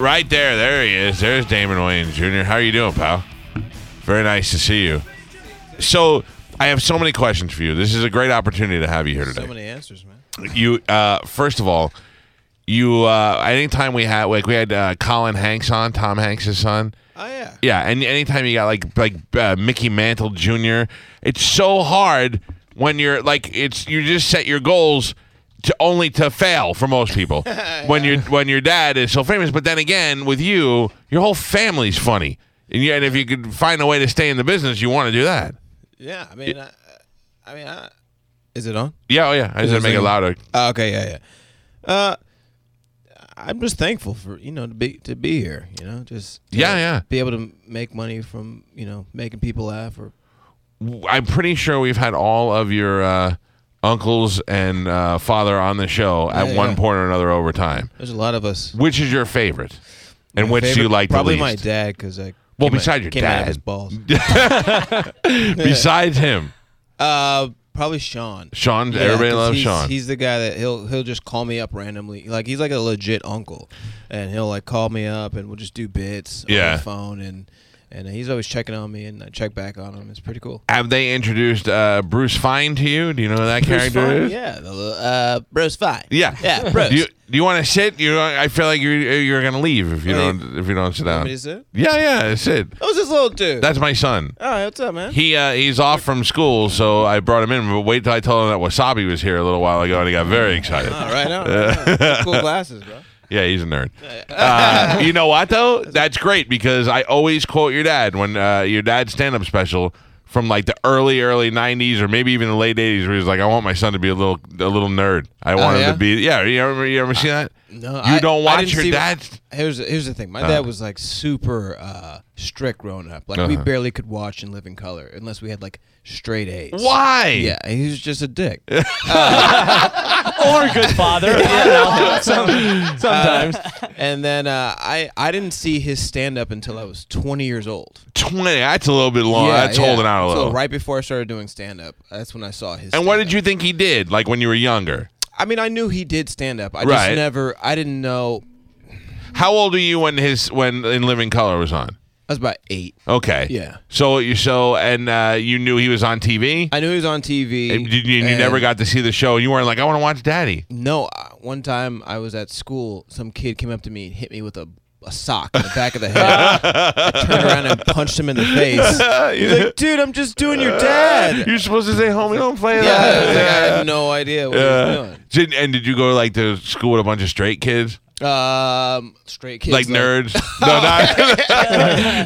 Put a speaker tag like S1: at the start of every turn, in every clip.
S1: Right there, there he is. There's Damon Wayans Jr. How are you doing, pal? Very nice to see you. So, I have so many questions for you. This is a great opportunity to have you here
S2: So
S1: today.
S2: many answers, man.
S1: You, uh, first of all, you. Uh, anytime we had, like, we had uh, Colin Hanks on, Tom Hanks' son.
S2: Oh yeah.
S1: Yeah, and anytime you got like like uh, Mickey Mantle Jr., it's so hard when you're like it's you just set your goals to only to fail for most people when your when your dad is so famous. But then again, with you, your whole family's funny, and yet if you could find a way to stay in the business, you want to do that.
S2: Yeah. I mean, I, I mean, I, is it on?
S1: Yeah, oh yeah. I just had to make it louder.
S2: Oh, okay. Yeah. Yeah. Uh, I'm just thankful for you know to be to be here. You know, just to
S1: Yeah, yeah.
S2: Be able to make money from you know making people laugh or
S1: I'm pretty sure we've had all of your uh, uncles and uh, father on the show at
S2: Yeah,
S1: one
S2: yeah.
S1: point or another over time.
S2: there's a lot of us.
S1: Which is your favorite? And
S2: My
S1: which do you
S2: favorite-
S1: like the
S2: Probably
S1: least?
S2: my dad because I.
S1: Well,
S2: came out-
S1: beside your
S2: came out of his
S1: dad.
S2: balls.
S1: Besides him,
S2: Uh, probably Sean.
S1: Sean.
S2: Yeah,
S1: everybody
S2: 'cause
S1: loves
S2: he's,
S1: Sean.
S2: He's the guy that he'll he'll just call me up randomly. Like he's like a legit uncle, and he'll like call me up, and we'll just do bits
S1: Yeah.
S2: on the phone, and and he's always checking on me, and I check back on him. It's pretty cool.
S1: Have they introduced uh, Bruce Fine to you? Do you know who that
S2: Bruce
S1: character
S2: Fine,
S1: is?
S2: yeah, the, little- uh, Bruce Fine.
S1: Yeah,
S2: yeah, Bruce.
S1: Do you, do you want to sit? You, I feel like you're you're gonna leave if you
S2: Wait.
S1: don't if you don't sit
S2: Want
S1: down.
S2: me to sit?
S1: Yeah, yeah, sit.
S2: That was this little dude.
S1: That's my son.
S2: All right, what's up, man?
S1: He uh, he's off from school, so I brought him in. But wait till I told him that Wasabi was here a little while ago, and he got very excited.
S2: all right, all right, all right. cool glasses, bro.
S1: Yeah, he's a nerd. Uh, you know what though? That's great because I always quote your dad when uh, your dad's stand-up special from like the early early '90s or maybe even the late '80s, where he's like, "I want my son to be a little a little nerd. I want him
S2: Oh, yeah?
S1: to be." Yeah, you ever you ever see that?
S2: No,
S1: you
S2: I-
S1: don't
S2: I
S1: watch
S2: didn't
S1: your
S2: see-
S1: dad's. Uh-huh.
S2: Here's here's the thing. My dad was like super uh, strict growing up. Like we
S1: Uh-huh.
S2: barely could watch and live in color unless we had like straight A's.
S1: Why?
S2: Yeah, he was just a dick.
S3: or a good father. you know, some- sometimes.
S2: and then uh, I I didn't see his stand up until I was 20 years old.
S1: twenty. That's a little bit long. Oh, that's holding out a
S2: So
S1: little.
S2: right before I started doing stand up, that's when I saw his.
S1: and what
S2: stand-up.
S1: did you think he did? Like when you were younger?
S2: I mean, I knew he did stand up. I
S1: Right.
S2: just never. I didn't know.
S1: How old were you when his when in Living Color was on?
S2: I was about eight.
S1: Okay.
S2: Yeah.
S1: So you so and uh, you knew he was on TV.
S2: I knew he was on TV.
S1: And you, you you never
S2: and-
S1: got to see the show. You weren't like, I want to watch Daddy.
S2: No, uh, one time I was at school. Some kid came up to me and hit me with a, a sock in the back of the head. I turned around and punched him in the face. He's like, dude, I'm just doing your dad.
S1: You're supposed to say, homie, don't play
S2: Yeah, I, was like, I
S1: that.
S2: had no idea what he was doing.
S1: Did, and did you go like to school with a bunch of straight kids,
S2: Um, straight kids,
S1: like nerds? no, not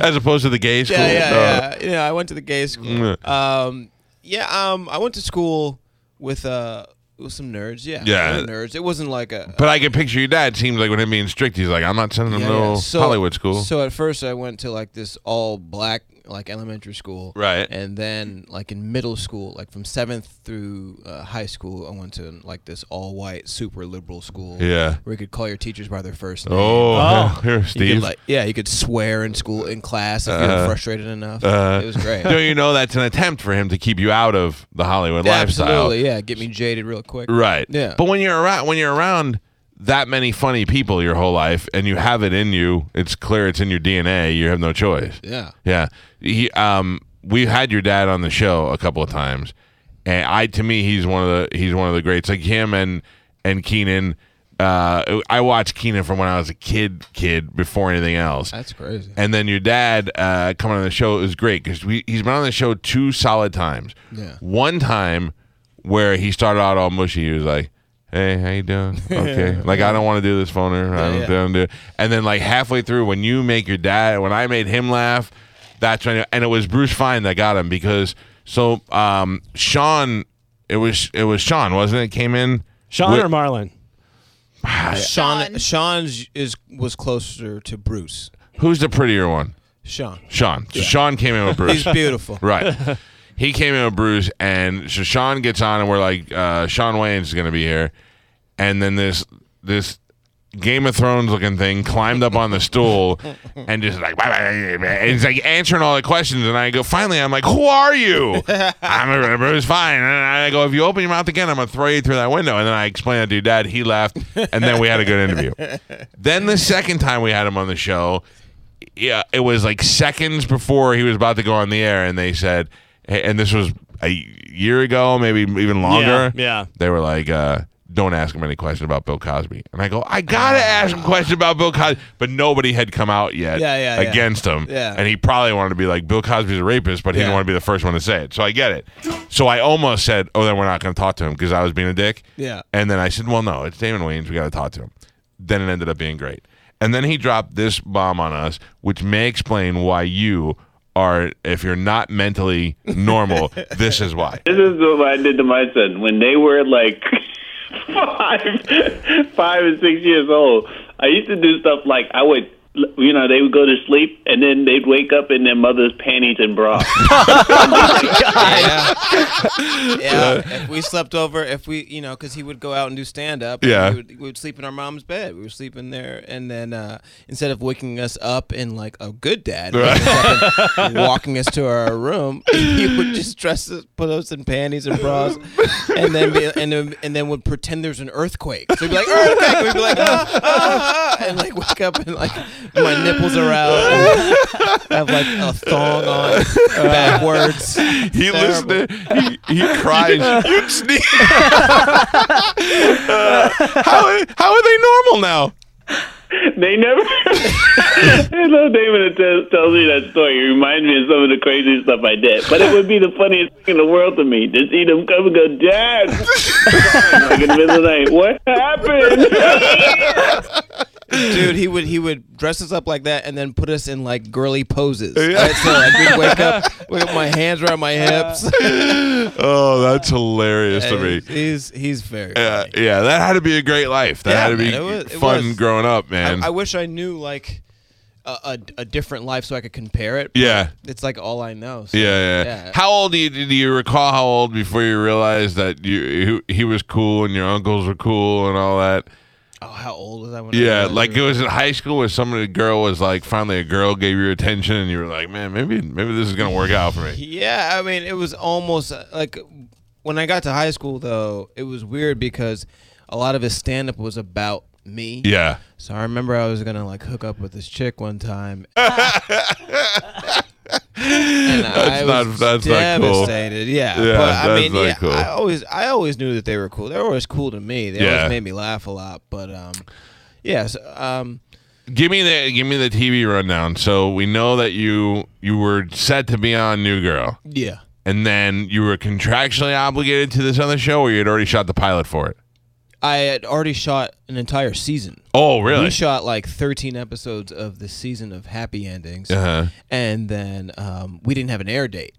S1: as opposed to the gay school. Uh.
S2: Yeah, yeah,
S1: No.
S2: yeah. You know, I went to the gay school.
S1: Mm.
S2: Um, yeah, um, I went to school with uh with some nerds. Yeah,
S1: Yeah.
S2: they were nerds. It wasn't like a
S1: But I can picture your dad. Seems like with him being strict, he's like, I'm not sending him
S2: Yeah,
S1: to
S2: yeah.
S1: Hollywood school.
S2: So at first I went to like this all black like elementary school,
S1: Right.
S2: And then like in middle school, like from seventh through uh, high school, I went to like this all white super liberal school.
S1: Yeah.
S2: where you could call your teachers by their first name.
S1: oh,
S3: Oh.
S1: here,
S2: You could,
S1: Steve. Uh-huh.
S2: like, yeah, you could swear in school in class if you're frustrated enough.
S1: uh,
S2: it was great.
S1: Don't you know that's an attempt for him to keep you out of the Hollywood
S2: Yeah,
S1: lifestyle?
S2: Absolutely, yeah. Get me jaded real quick.
S1: Right.
S2: Yeah.
S1: But when you're around when you're around that many funny people your whole life and you have it in you, it's clear it's in your DNA, you have no choice.
S2: Yeah.
S1: Yeah. He, um we had your dad on the show a couple of times and I to me he's one of the he's one of the greats. Like him and and Keenan uh, I watched Keenan from when I was a kid, kid before anything else.
S2: That's crazy.
S1: And then your dad uh, coming on the show is great because he's been on the show two solid times.
S2: Yeah.
S1: One time where he started out all mushy, he was like, "Hey, how you doing? Okay, like I don't want to do this phoner. I don't
S2: yeah.
S1: don't do." And then like halfway through, when you make your dad, when I made him laugh, that's when. And it was Bruce Fine that got him because so um, Sean, it was it was Sean, wasn't it? Came in.
S3: Sean
S1: with-
S3: or Marlon?
S2: Sean
S4: Sean.
S2: Sean's is was closer to Bruce.
S1: Who's the prettier one?
S2: Sean.
S1: Sean. So Sean came in with Bruce.
S2: He's beautiful.
S1: Right. He came in with Bruce, and so Sean gets on, and we're like, uh, Sean Wayans is going to be here, and then this this Game of Thrones looking thing climbed up on the stool and just like, and he's like answering all the questions, and I go, finally, I'm like, who are you? I'm a- Bruce Fine, and I go, if you open your mouth again, I'm gonna throw you through that window, and then I explained that to your dad. He laughed, and then we had a good interview. Then the second time we had him on the show, yeah, it was like seconds before he was about to go on the air, and they said, hey, and this was a year ago, maybe even longer.
S3: yeah.
S1: They were like, uh, don't ask him any question about Bill Cosby. And I go, I gotta ask him question about Bill Cosby, but nobody had come out yet
S2: Ah. Yeah, yeah, yeah.
S1: against him.
S2: Yeah.
S1: And he probably wanted to be like, Bill Cosby's a rapist, but he didn't
S2: Yeah.
S1: want to be the first one to say it. So I get it. So I almost said, oh, then we're not going to talk to him because I was being a dick.
S2: Yeah.
S1: And then I said, well, no, it's Damon Wayans. We got to talk to him. Then it ended up being great. And then he dropped this bomb on us, which may explain why you are, if you're not mentally normal, this is why.
S5: This is what I did to my son when they were like five, five and six years old. I used to do stuff like I would, you know, they would go to sleep and then they'd wake up in their mother's panties and bra.
S2: Yeah. if we slept over, if we, you know, because he would go out and do stand up. and
S1: Yeah.
S2: We would, we would sleep in our mom's bed. We were sleeping there. And then uh, instead of waking us up in like a good dad, waking us up and walking us to our room, he would just dress us, put us in panties and bras, and then be, and, then- and then would pretend there's an earthquake. So he'd be like, earthquake. We'd be like, ah, ah, ah," and like wake up and like my nipples are out. And have like a thong on uh, backwards.
S1: He
S2: Terrible.
S1: listened to, he, he cries. You'd sneeze. how, how are they normal now?
S5: they never. I love David t- tells me that story. It reminds me of some of the crazy stuff I did. But it would be the funniest thing in the world to me to see them come and go, Dad! like in the middle of the night, what happened?
S2: Dude, he would he would dress us up like that and then put us in like girly poses. Right? So like we'd wake up, wake up, my hands around my hips.
S1: Oh, that's hilarious to me.
S2: he's he's very.
S1: Uh, yeah, that had to be a great life. That
S2: Yeah,
S1: had to be
S2: man, it was- it
S1: fun
S2: was.
S1: growing up,
S2: funny.
S1: man.
S2: I, I wish I knew like a, a, a different life so I could compare it. but
S1: yeah.
S2: it's like all I know. so-
S1: Yeah, yeah.
S2: Yeah.
S1: How old do you do you recall how old before you realized that you he, he was cool and your uncles were cool and all that?
S2: Oh, how old was I when? I
S1: Yeah,
S2: realized
S1: like
S2: we
S1: it
S2: were-
S1: was in high school where some the girl was like finally a girl gave you attention and you were like, man, maybe maybe this is gonna work out for me.
S2: Yeah, I mean, it was almost uh, like when I got to high school though, it was weird because a lot of his stand up was about me.
S1: Yeah.
S2: So I remember I was gonna like hook up with this chick one time. and I
S1: That's not- that's not cool.
S2: devastated. Yeah,
S1: Yeah,
S2: but I
S1: that's
S2: mean,
S1: not
S2: yeah,
S1: cool.
S2: I always, I always knew that they were cool. They were always cool to me. They
S1: Yeah.
S2: always made me laugh a lot. But um, yeah, so, um,
S1: Give me the give me the TV rundown. So we know that you you were set to be on New Girl,
S2: yeah.
S1: and then you were contractually obligated to this other show, or you had already shot the pilot for it.
S2: I had already shot an entire season.
S1: Oh, really?
S2: We shot like 13 episodes of the season of Happy Endings,
S1: Uh-huh.
S2: and then um, we didn't have an air date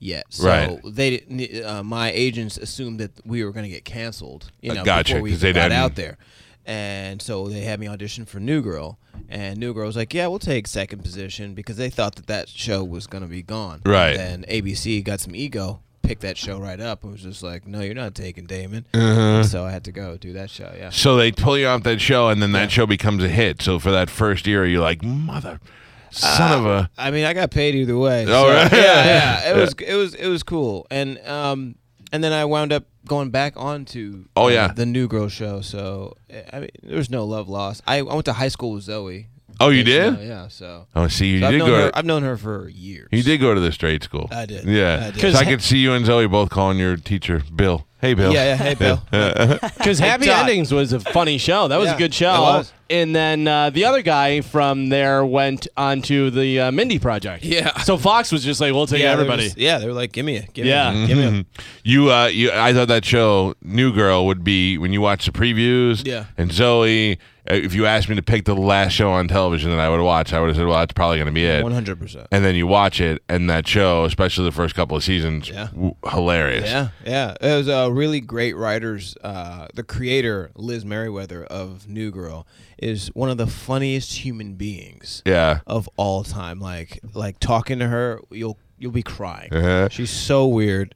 S2: yet. So
S1: Right.
S2: they didn't, uh, my agents assumed that we were going to get canceled. You
S1: Uh,
S2: know,
S1: gotcha,
S2: before we
S1: 'cause they
S2: got
S1: didn't-
S2: out there, and so they had me audition for New Girl, and New Girl was like, "Yeah, we'll take second position," because they thought that that show was going to be gone.
S1: Right.
S2: And ABC got some ego. Picked that show right up and was just like, "No, you're not taking Damon."
S1: Uh-huh.
S2: So I had to go do that show. Yeah.
S1: So they pull you off that show, and then that show becomes a hit. So for that first year, you're like, mother, son of a.
S2: I mean, I got paid either way.
S1: All
S2: so-
S1: right.
S2: Yeah, yeah. It was it was it was cool, and um, and then I wound up going back on to
S1: Oh,
S2: uh,
S1: yeah.
S2: the New Girl show. So I mean, there was no love lost. I, I went to high school with Zoe.
S1: Oh, you
S2: So,
S1: did?
S2: yeah. So,
S1: Oh, see, you
S2: So I've
S1: did
S2: known
S1: go.
S2: her.
S1: To,
S2: I've known her for years.
S1: you did go to the trade school.
S2: I did.
S1: Yeah,
S2: I did.
S1: so I could see you and Zoe both calling your teacher Bill. Hey, Bill.
S2: Yeah, yeah. Hey, Bill.
S3: Because Happy
S2: Todd.
S3: Endings was a funny show. That was
S2: Yeah,
S3: a good
S2: it
S3: show.
S2: was.
S3: And then uh, the other guy from there went on to the uh, Mindy Project.
S2: Yeah.
S3: So Fox was just like, we'll take
S2: Yeah, they were
S3: everybody.
S2: just- yeah, they were like, "Give me it." Give
S3: Yeah.
S2: Me, a- give me a-
S1: You, uh, you. I thought that show New Girl would be when you watch the previews.
S2: Yeah.
S1: And Zoe, uh, if you asked me to pick the last show on television that I would watch, I would have said, well, that's probably going to be it.
S2: 100%.
S1: And then you watch it, and that show, especially the first couple of seasons,
S2: Yeah.
S1: w- hilarious.
S2: Yeah, yeah. It was uh, really great writers, uh, the creator Liz Merriweather of New Girl is one of the funniest human beings
S1: Yeah.
S2: of all time. Like like talking to her, you'll you'll be crying.
S1: Uh-huh.
S2: She's so weird.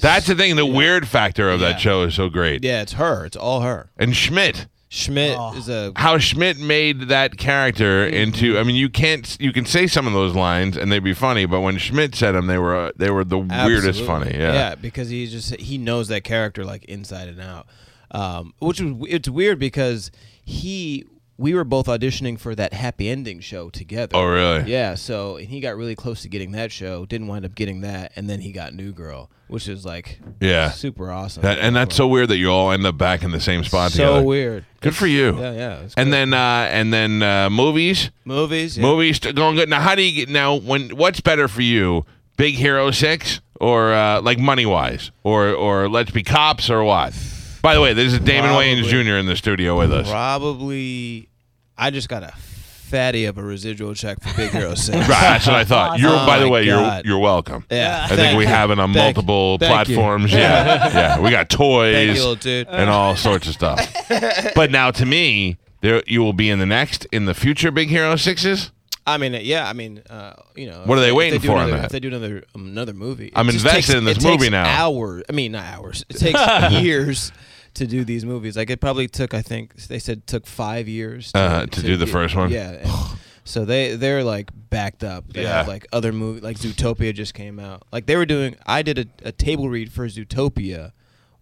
S1: That's the thing. The weird factor of
S2: Yeah.
S1: that show is so great.
S2: Yeah, it's her. It's all her.
S1: And Schmidt,
S2: Schmidt is a
S1: how Schmidt made that character
S2: Mm-hmm.
S1: into. I mean, you can't. You can say some of those lines and they'd be funny, but when Schmidt said them, they were uh, they were the weirdest
S2: Absolutely.
S1: funny. Yeah.
S2: because he just he knows that character like inside and out. Um, which was it's weird because he we were both auditioning for that happy ending show together.
S1: Oh, really?
S2: Yeah, so and he got really close to getting that show, didn't wind up getting that, and then he got New Girl, which is like
S1: Yeah.
S2: super awesome.
S1: That, and that's so weird that you all end up back in the same spot
S2: so
S1: together.
S2: weird.
S1: Good for you.
S2: Yeah, yeah. it's
S1: And
S2: good.
S1: then, uh, and then uh, movies,
S2: movies, yeah.
S1: movies t- going good. Now, how do you get now? When what's better for you, Big Hero Six or uh, like money wise, or or Let's Be Cops or what? By the way, there's a Damon Wayans
S2: Probably.
S1: Jr. in the studio with us.
S2: probably I just got a fatty up a residual check for Big Hero Six.
S1: Right, that's what I thought. You're
S2: Oh
S1: by the
S2: my
S1: way,
S2: God.
S1: you're you're welcome.
S2: Yeah,
S1: I think we have it on
S2: Thank-
S1: multiple
S2: thank you.
S1: platforms. Yeah, yeah. We got toys.
S2: Thank you, little dude.
S1: and all sorts of stuff. but now to me, there you will be in the next in the future Big Hero Sixes.
S2: I mean, yeah, I mean, uh, you know,
S1: What are
S2: if
S1: they
S2: if
S1: waiting
S2: do
S1: for on
S2: another-
S1: that?
S2: If they do another um, another movie,
S1: I'm
S2: It just
S1: invested
S2: takes-
S1: in this
S2: it takes
S1: movie now.
S2: Hours, I mean, not hours. It takes years to do these movies. Like it probably took, I think they said took five years
S1: Uh, to do the first one?
S2: Yeah. and So they they're like backed up. They have
S1: Yeah.
S2: like other movie like Zootopia just came out. Like they were doing. I did a, a table read for Zootopia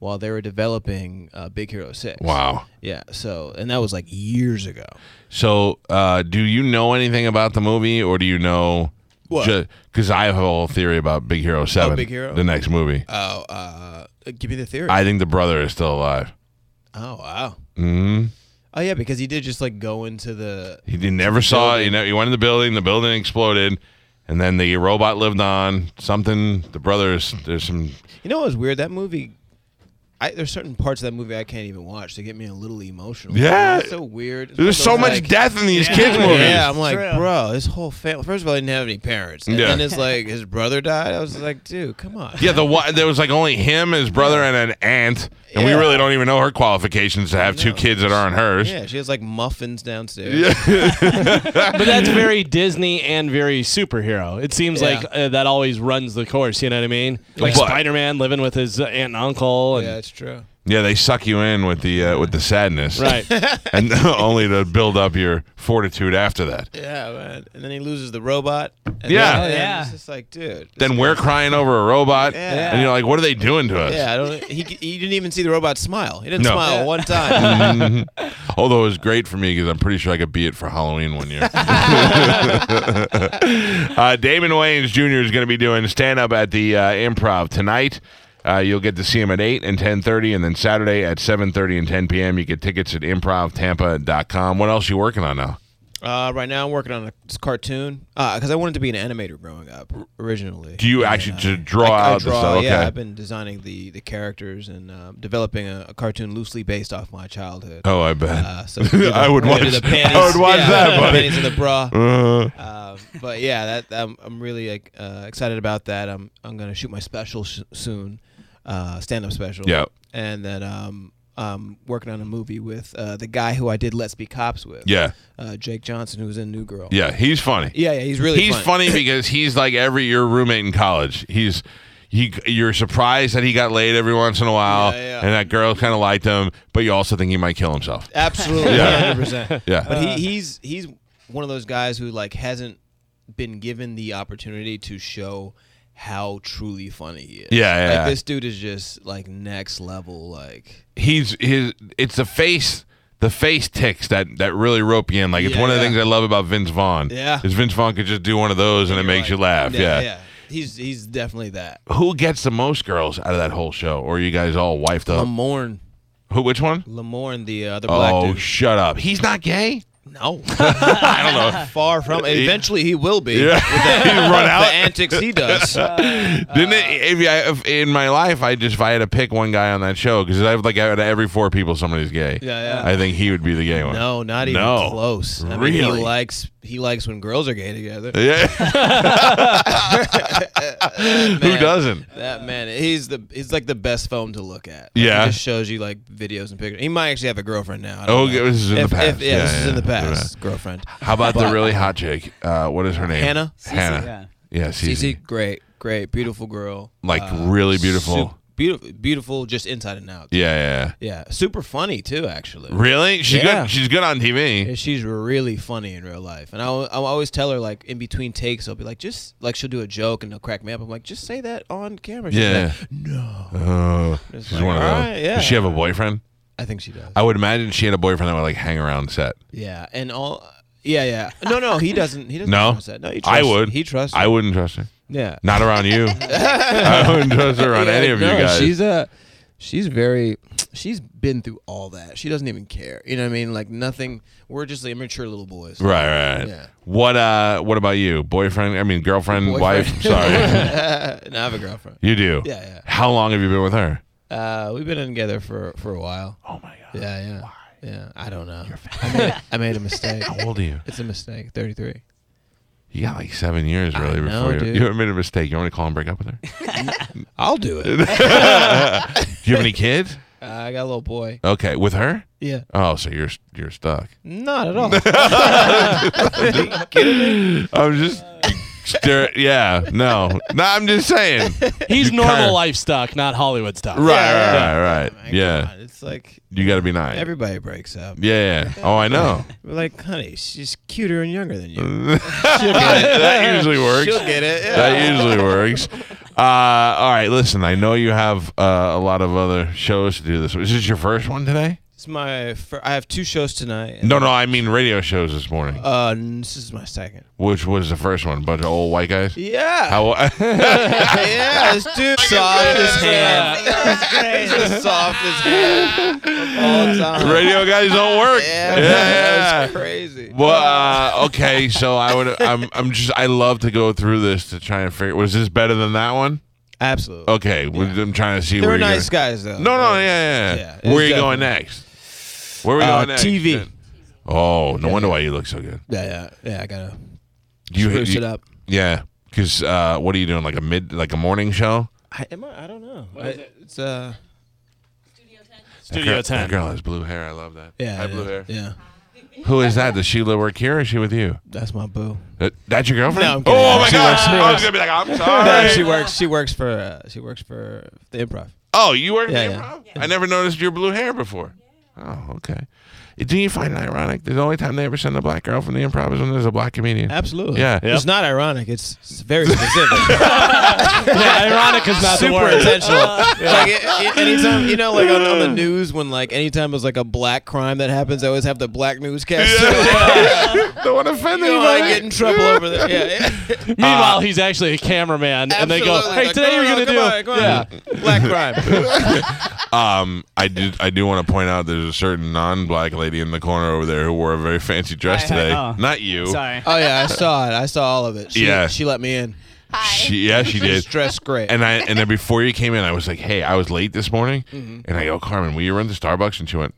S2: while they were developing uh, Big Hero Six.
S1: Wow.
S2: Yeah. So and that was like years ago.
S1: So, uh, do you know anything about the movie, or do you know?
S2: What? Oh,
S1: Because I have a whole theory about Big Hero Seven,
S2: Big Hero?
S1: the next movie.
S2: Oh, uh, give me the theory.
S1: I think the brother is still alive.
S2: oh wow.
S1: hmm
S2: Oh yeah, because he did just like go into the
S1: He, he never saw. it. You know, he went in the building. The building exploded, and then the robot lived on. Something. The brothers. There's some.
S2: You know what was weird? That movie. I, there's certain parts of that movie I can't even watch. They get me a little emotional.
S1: Yeah.
S2: it's so weird.
S1: There's
S2: It's
S1: so much
S2: like-
S1: death in these kids movies.
S2: Yeah, I'm like, bro, this whole family. First of all, I didn't have any parents, and
S1: Yeah.
S2: then it's like his brother died. I was like, dude, come on.
S1: Yeah, the one there was like only him, his brother, and an aunt, and we
S2: Yeah.
S1: really don't even know her qualifications to have two kids that aren't hers.
S2: yeah. She has like muffins downstairs.
S3: but that's very Disney and very superhero. It seems
S2: Yeah.
S3: like uh, that always runs the course. You know what I mean? Like
S1: But-
S3: Spider Man living with his uh, aunt and uncle. And,
S2: yeah, it's true.
S1: Yeah, they suck you in with the uh, with the sadness,
S3: Right.
S1: and only to build up your fortitude after that.
S2: Yeah, man. And then he loses the robot. And
S1: Yeah.
S2: then-
S4: Oh, yeah.
S2: It's just like, dude.
S1: Then we're crying over a robot,
S2: Yeah.
S1: and you're like, "What are they doing to us?"
S2: yeah, I don't. He, he didn't even see the robot smile. He didn't
S1: No.
S2: smile one time.
S1: Although it was great for me because I'm pretty sure I could be it for Halloween one year. uh, Damon Wayans Jr. is going to be doing stand up at the uh, Improv tonight. Uh, you'll get to see him at 8 and 10.30 and then saturday at 7.30 and 10 p.m you get tickets at improvtampa.com what else you working on now
S2: Uh, right now, I'm working on a s- cartoon because I wanted to be an animator growing up r- originally.
S1: do you actually just draw
S2: I, I
S1: out the
S2: draw,
S1: stuff
S2: Yeah, I've been designing the the characters and um developing a, a cartoon loosely based off my childhood.
S1: oh i bet
S2: Uh, so we do the-
S1: I would
S2: we do
S1: watch-
S2: The panties,
S1: I would watch
S2: yeah,
S1: that,
S2: The
S1: buddy.
S2: panties and the bra.
S1: Uh,
S2: Uh, but yeah, that, that- I'm, I'm really like, uh, excited about that. I'm I'm gonna shoot my special sh- soon, uh, stand up special.
S1: Yeah.
S2: And then um, I'm working on a movie with uh, the guy who I did Let's Be Cops with.
S1: yeah
S2: Uh, Jake Johnson, who was in New Girl.
S1: yeah he's funny
S2: Yeah, yeah, he's really
S1: he's funny because he's like every your roommate in college. He's he, you're surprised that he got laid every once in a while,
S2: Yeah, yeah.
S1: and that girl kind of liked him, but you also think he might kill himself.
S2: Absolutely,
S1: Yeah.
S2: hundred percent.
S1: Yeah.
S2: but he, he's he's one of those guys who like hasn't been given the opportunity to show how truly funny he is.
S1: Yeah, yeah,
S2: Like
S1: yeah.
S2: this dude is just like next level. Like
S1: He's his. It's the face. The face ticks that that really rope you in. Like it's
S2: Yeah,
S1: one of the
S2: yeah.
S1: things I love about Vince Vaughn.
S2: Yeah.
S1: is Vince Vaughn could just do one of those and it makes you laugh. Yeah,
S2: yeah. He's he's definitely that.
S1: Who gets the most girls out of that whole show? Or are you guys all wifed up?
S2: Lamorne,
S1: Who? Which one?
S2: Lamorne, the uh, the Um, black
S1: Oh,
S2: dude.
S1: shut up! He's not gay.
S2: no, I don't know. Far from. Eventually, he will be.
S1: Yeah, he run
S2: The
S1: out.
S2: antics he does.
S1: Didn't it,
S2: Uh,
S1: if I, if in my life I just if I had to pick one guy on that show because I have like out of every four people somebody's gay.
S2: Yeah, yeah.
S1: I think he would be the gay one.
S2: No, not even
S1: No.
S2: close. I mean,
S1: Really?
S2: he likes he likes when girls are gay together.
S1: Yeah. Who
S2: Man.
S1: doesn't?
S2: That man, he's the he's like the best phone to look at. Like,
S1: Yeah.
S2: he just shows you like videos and pictures. He might actually have a girlfriend now. I don't
S1: Oh,
S2: know.
S1: this is in the
S2: If- if-
S1: past.
S2: yeah, this
S1: Yeah,
S2: is in the
S1: yeah, yeah.
S2: past. Girlfriend.
S1: How about the
S2: But-
S1: really hot chick? Uh, what is her name?
S2: Hannah?
S4: Cece,
S1: Hannah. Yeah, Cece.
S2: Cece, great, great, beautiful girl.
S1: Like really beautiful.
S2: Su- beautiful, beautiful, just inside and out.
S1: Yeah, yeah, yeah.
S2: Yeah, super funny too. Actually,
S1: Really? She's
S2: Yeah.
S1: good. She's good on TV.
S2: Yeah, she's really funny in real life, and I will always tell her like in between takes, I'll be like, just like she'll do a joke and they'll crack me up. I'm like, just say that on camera. She's
S1: Yeah.
S2: like, no,
S1: Oh,
S2: It's
S1: she's
S2: like,
S1: one of those.
S2: alright, yeah.
S1: Does she have a boyfriend?
S2: I think she does.
S1: I would imagine she had a boyfriend that would like hang around set.
S2: yeah, and all. Yeah, yeah. No, no, he doesn't. He doesn't
S1: No,
S2: trust that. No, he
S1: I
S2: trusts-
S1: would.
S2: He trusts.
S1: I
S2: her.
S1: wouldn't trust her.
S2: Yeah.
S1: Not around you. I wouldn't trust her on
S2: Yeah,
S1: any of you
S2: no,
S1: guys.
S2: She's a. She's very. She's been through all that. She doesn't even care. You know what I mean? Like nothing. We're just like immature little boys.
S1: Right, right. right.
S2: Yeah.
S1: What uh what about you? Boyfriend, I mean girlfriend, wife, sorry.
S2: and I have a girlfriend.
S1: you do.
S2: Yeah, yeah.
S1: How long have you been with her?
S2: Uh, we've been together for for a while.
S1: Oh my god.
S2: Yeah, yeah. Yeah, I don't know. I made, I made a mistake.
S1: How old are you?
S2: It's a mistake. Thirty-three.
S1: You got like seven years really
S2: know,
S1: before you
S2: dude.
S1: you ever made a mistake. You want me to call and break up with her? do
S2: I'll do it.
S1: you have any kids?
S2: Uh, I got a little boy.
S1: Okay, with her?
S2: Yeah.
S1: Oh, so you're you're stuck.
S2: Not at all.
S1: I'm just stir- yeah, no. No, I'm just saying.
S3: He's
S1: You
S3: normal
S1: kinda-
S3: life stock, not Hollywood stock.
S1: Right,
S2: Yeah. Oh
S1: right, right, right. Yeah.
S2: God, it's like
S1: You gotta be nice.
S2: everybody breaks up.
S1: yeah, yeah. Oh, I know.
S2: We're like, honey, she's cuter and younger than you.
S1: that usually works.
S2: She'll Mm, get it. Yeah.
S1: That usually works. Uh, all right, listen. I know you have uh, a lot of other shows to do this. Is this your first one today?
S2: It's my. Fir- I have two shows tonight.
S1: No, no. I mean radio shows this morning,
S2: Uh, n- this is my second.
S1: which was the first one. Bunch of old white guys.
S2: Yeah.
S1: How?
S2: yeah, this dude softest hand. He's the softest hand of all time.
S1: radio guys don't work.
S2: Yeah, man,
S1: Yeah.
S2: that was crazy.
S1: Well, uh, okay. So I would. I'm. I'm just. I love to go through this to try and figure. Was this better than that one?
S2: Absolutely.
S1: Okay. I'm trying to see
S2: They're
S1: where you're
S2: nice
S1: going.
S2: guys though.
S1: No, no, yeah, yeah.
S2: Yeah,
S1: yeah where
S2: it's
S1: you going
S2: definitely-
S1: next? Where are we
S2: Uh,
S1: going next?
S2: TV.
S1: Yeah. Oh, no wonder why you look so good.
S2: Yeah, yeah, yeah. I gotta
S1: Do you,
S2: spruce
S1: you-
S2: it up.
S1: Yeah, because uh, what are you doing? Like a mid, like a morning show?
S2: I, am I? I don't know. I- It's uh.
S1: Girl-
S3: Studio
S1: That
S3: 10.
S1: girl has blue hair. I love that.
S2: Yeah.
S1: I have
S2: yeah,
S1: blue hair.
S2: Yeah.
S1: Who is that? Does Sheila work here? Or is she with you?
S2: That's my boo.
S1: That, that's your girlfriend?
S2: No, I'm kidding.
S1: oh my
S2: She
S1: god!
S2: works- she
S1: I was
S2: works-
S1: gonna be like, I'm
S2: No,
S1: sorry.
S2: she works. She works for. Uh, she works for the improv.
S1: Oh, you work
S2: Yeah,
S1: at the
S2: yeah.
S1: improv? I never noticed your blue hair before. Oh, okay. Do you find it ironic? that The only time they ever send a black girl from the improv is when there's a black comedian.
S2: Absolutely.
S1: Yeah.
S2: It's not ironic. It's, it's very specific.
S3: Yeah, ironic is not the
S2: Super
S3: word.
S2: intentional. Like it, it- anytime you know, like on, on the news, when like anytime there's like a black crime that happens, they always have the black newscaster.
S1: Don't want to offend
S2: you don't want to
S1: anybody.
S2: get in trouble over that. Yeah. yeah.
S3: Meanwhile, he's actually a cameraman, and they go,
S2: uh, Absolutely.
S3: "Hey,
S2: Like,
S3: today
S2: no,
S3: you're
S2: no, come
S3: gonna do."
S2: on, come
S3: yeah.
S2: on. black crime.
S1: Um, I do. I do want to point out there's a certain non-black lady in the corner over there who wore a very fancy dress
S4: I- I-
S1: today.
S4: oh.
S1: Not you.
S4: Sorry.
S2: Oh yeah, I saw it. I saw all of it. She,
S1: Yeah.
S2: she let me in.
S1: She, yeah, she did.
S2: She's dressed great.
S1: And I and then before you came in, I was like, "Hey, I was late this morning," and I go, "Carmen, will you run to Starbucks?" And she went.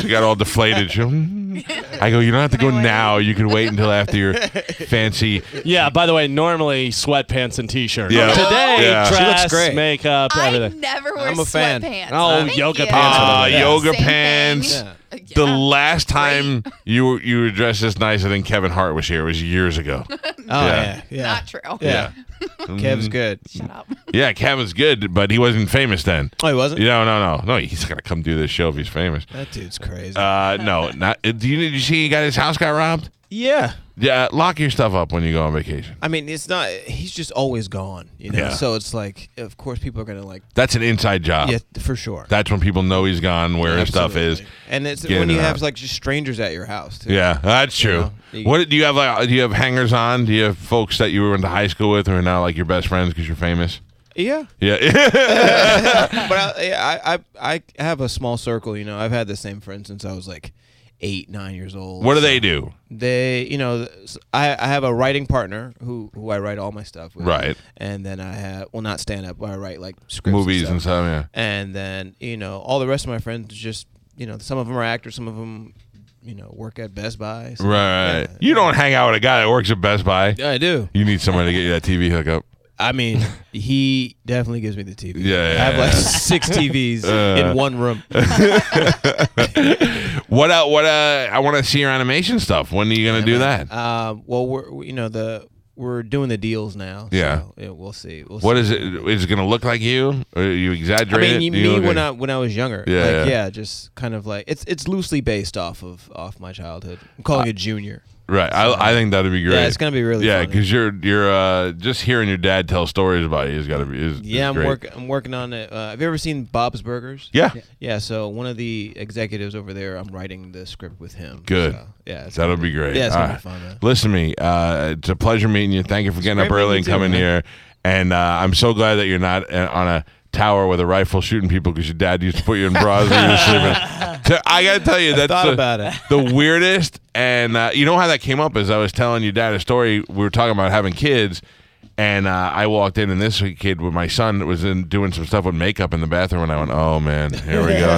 S1: She got all deflated. She, went, "Mm." I go, "You don't have to go now. You can wait until after your fancy."
S3: Yeah. By the way, normally sweatpants and t-shirt.
S1: Yeah.
S3: Today,
S1: Yeah. She
S3: dress,
S1: looks
S2: great.
S3: makeup,
S6: I
S3: everything.
S6: never wear
S2: I'm a fan.
S6: sweatpants.
S3: Oh,
S6: Thank
S3: yoga
S6: you.
S3: pants.
S1: Uh,
S3: Yeah.
S1: yoga
S6: Same thing.
S1: pants.
S6: Yeah.
S1: The last time you were, you were dressed this nice, I think Kevin Hart was here. It was years ago.
S2: oh yeah, yeah.
S6: Not true.
S2: Yeah.
S1: Mm-hmm.
S2: Kev's good.
S6: Shut up.
S1: Yeah, Kevin's good, but he wasn't famous then.
S2: Oh, he wasn't.
S1: No, no, no, no. He's gonna come do this show if he's famous.
S2: That dude's crazy.
S1: Uh, no, not. uh, Do you, did you see he got his house got robbed?
S2: yeah.
S1: Yeah, uh, lock your stuff up when you go on vacation.
S2: I mean, it's not. He's just always gone, you know.
S1: Yeah. Uh,
S2: So it's like, of course, people are gonna like.
S1: That's an inside job.
S2: Yeah, for sure.
S1: That's when people know he's gone, where his stuff is.
S2: Absolutely. And it's
S1: Get
S2: when
S1: it
S2: you
S1: out.
S2: have like just strangers at your house. Too.
S1: Yeah, that's true.
S2: know, you-
S1: what do you have? Like, do you have hangers on? Do you have folks that you were into high school with, who are now like your best friends because you're famous?
S2: Yeah.
S1: Yeah.
S2: but I, yeah, I, I I have a small circle. You know, I've had the same friend since I was like eight, nine years old.
S1: what do they do?
S2: They, you know, s- I, I have a writing partner who who I write all my stuff with.
S1: Right.
S2: And then I have, well, not stand up, but I write like scripts,
S1: Movies and stuff. Yeah.
S2: And then you know, all the rest of my friends just, you know, some of them are actors, some of them you know, work at Best Buy. so-
S1: Right. You don't hang out with a guy that works at Best Buy.
S2: Yeah, I do.
S1: You need somebody to get you that TV hookup.
S2: I mean, he definitely gives me the TV.
S1: Yeah, yeah,
S2: I have like
S1: yeah. Uh.
S2: six TVs in one room.
S1: What uh, what uh, I want to see your animation stuff. When are you gonna do that?
S2: Um, well, we're we- you know the we're doing the deals now.
S1: Yeah.
S2: so, we'll see. We'll
S1: What
S2: see.
S1: is it? Is it gonna look like you? Or you
S2: I
S1: exaggerate it?
S2: mean, you
S1: Do
S2: mean
S1: look
S2: when
S1: like-
S2: I when I was younger?
S1: Yeah,
S2: like,
S1: yeah.
S2: yeah, just kind of like it's it's loosely based off of off my childhood. I'm calling it Junior.
S1: Right. I, I think that'd be great.
S2: Yeah, it's gonna be really
S1: Yeah,
S2: funny.
S1: because you're you're uh, just hearing your dad tell stories about you is gotta be. Is,
S2: Yeah,
S1: is
S2: I'm
S1: great.
S2: work I'm working on it. Uh, have you ever seen Bob's Burgers?
S1: Yeah.
S2: Yeah, so one of the executives over there, I'm writing the script with him.
S1: Good.
S2: So, yeah. it's-
S1: That'll be great.
S2: Yeah, it's gonna be
S1: All right.
S2: fun, man.
S1: Listen to me. Uh, it's a pleasure meeting you. Thank you for getting up
S2: great
S1: early and
S2: meeting you
S1: coming
S2: too,
S1: here. And uh, I'm so glad that you're not uh, on a tower with a rifle shooting people because your dad used to put you in bras when you were sleeping. So I gotta tell you, that's
S2: thought
S1: the,
S2: about it.
S1: the weirdest. And uh, you know how that came up is I was telling your dad a story. We were talking about having kids. And uh, I walked in, and this kid with my son was in doing some stuff with makeup in the bathroom, and I went, "Oh man, here we go."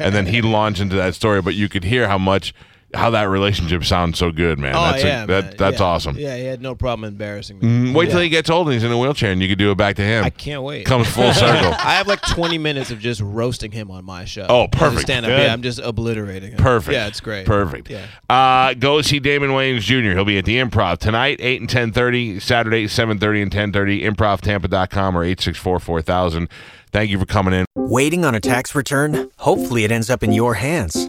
S1: and then he launched into that story, but you could hear how much how that relationship sounds so good, man.
S2: Oh
S1: that's a-
S2: yeah,
S1: that,
S2: man.
S1: that's
S2: Yeah.
S1: awesome.
S2: Yeah, he had no problem embarrassing me.
S1: Mm, Wait till he gets old and he's in a wheelchair, and you could do it back to him.
S2: I can't wait.
S1: Comes full circle.
S2: I have like 20 minutes of just roasting him on my show.
S1: Oh,
S2: As a
S1: perfect.
S2: Stand-up.
S1: Good.
S2: Yeah, I'm just obliterating him.
S1: Perfect.
S2: Yeah, it's great.
S1: Perfect.
S2: Yeah.
S1: Uh, go see Damon Wayans Jr. He'll be at the Improv tonight, 8 and 10.30, Saturday, 7.30 and 10.30, improvtampa.com or 864-4000. Thank you for coming in.
S4: Waiting on a tax return? Hopefully, it ends up in your hands.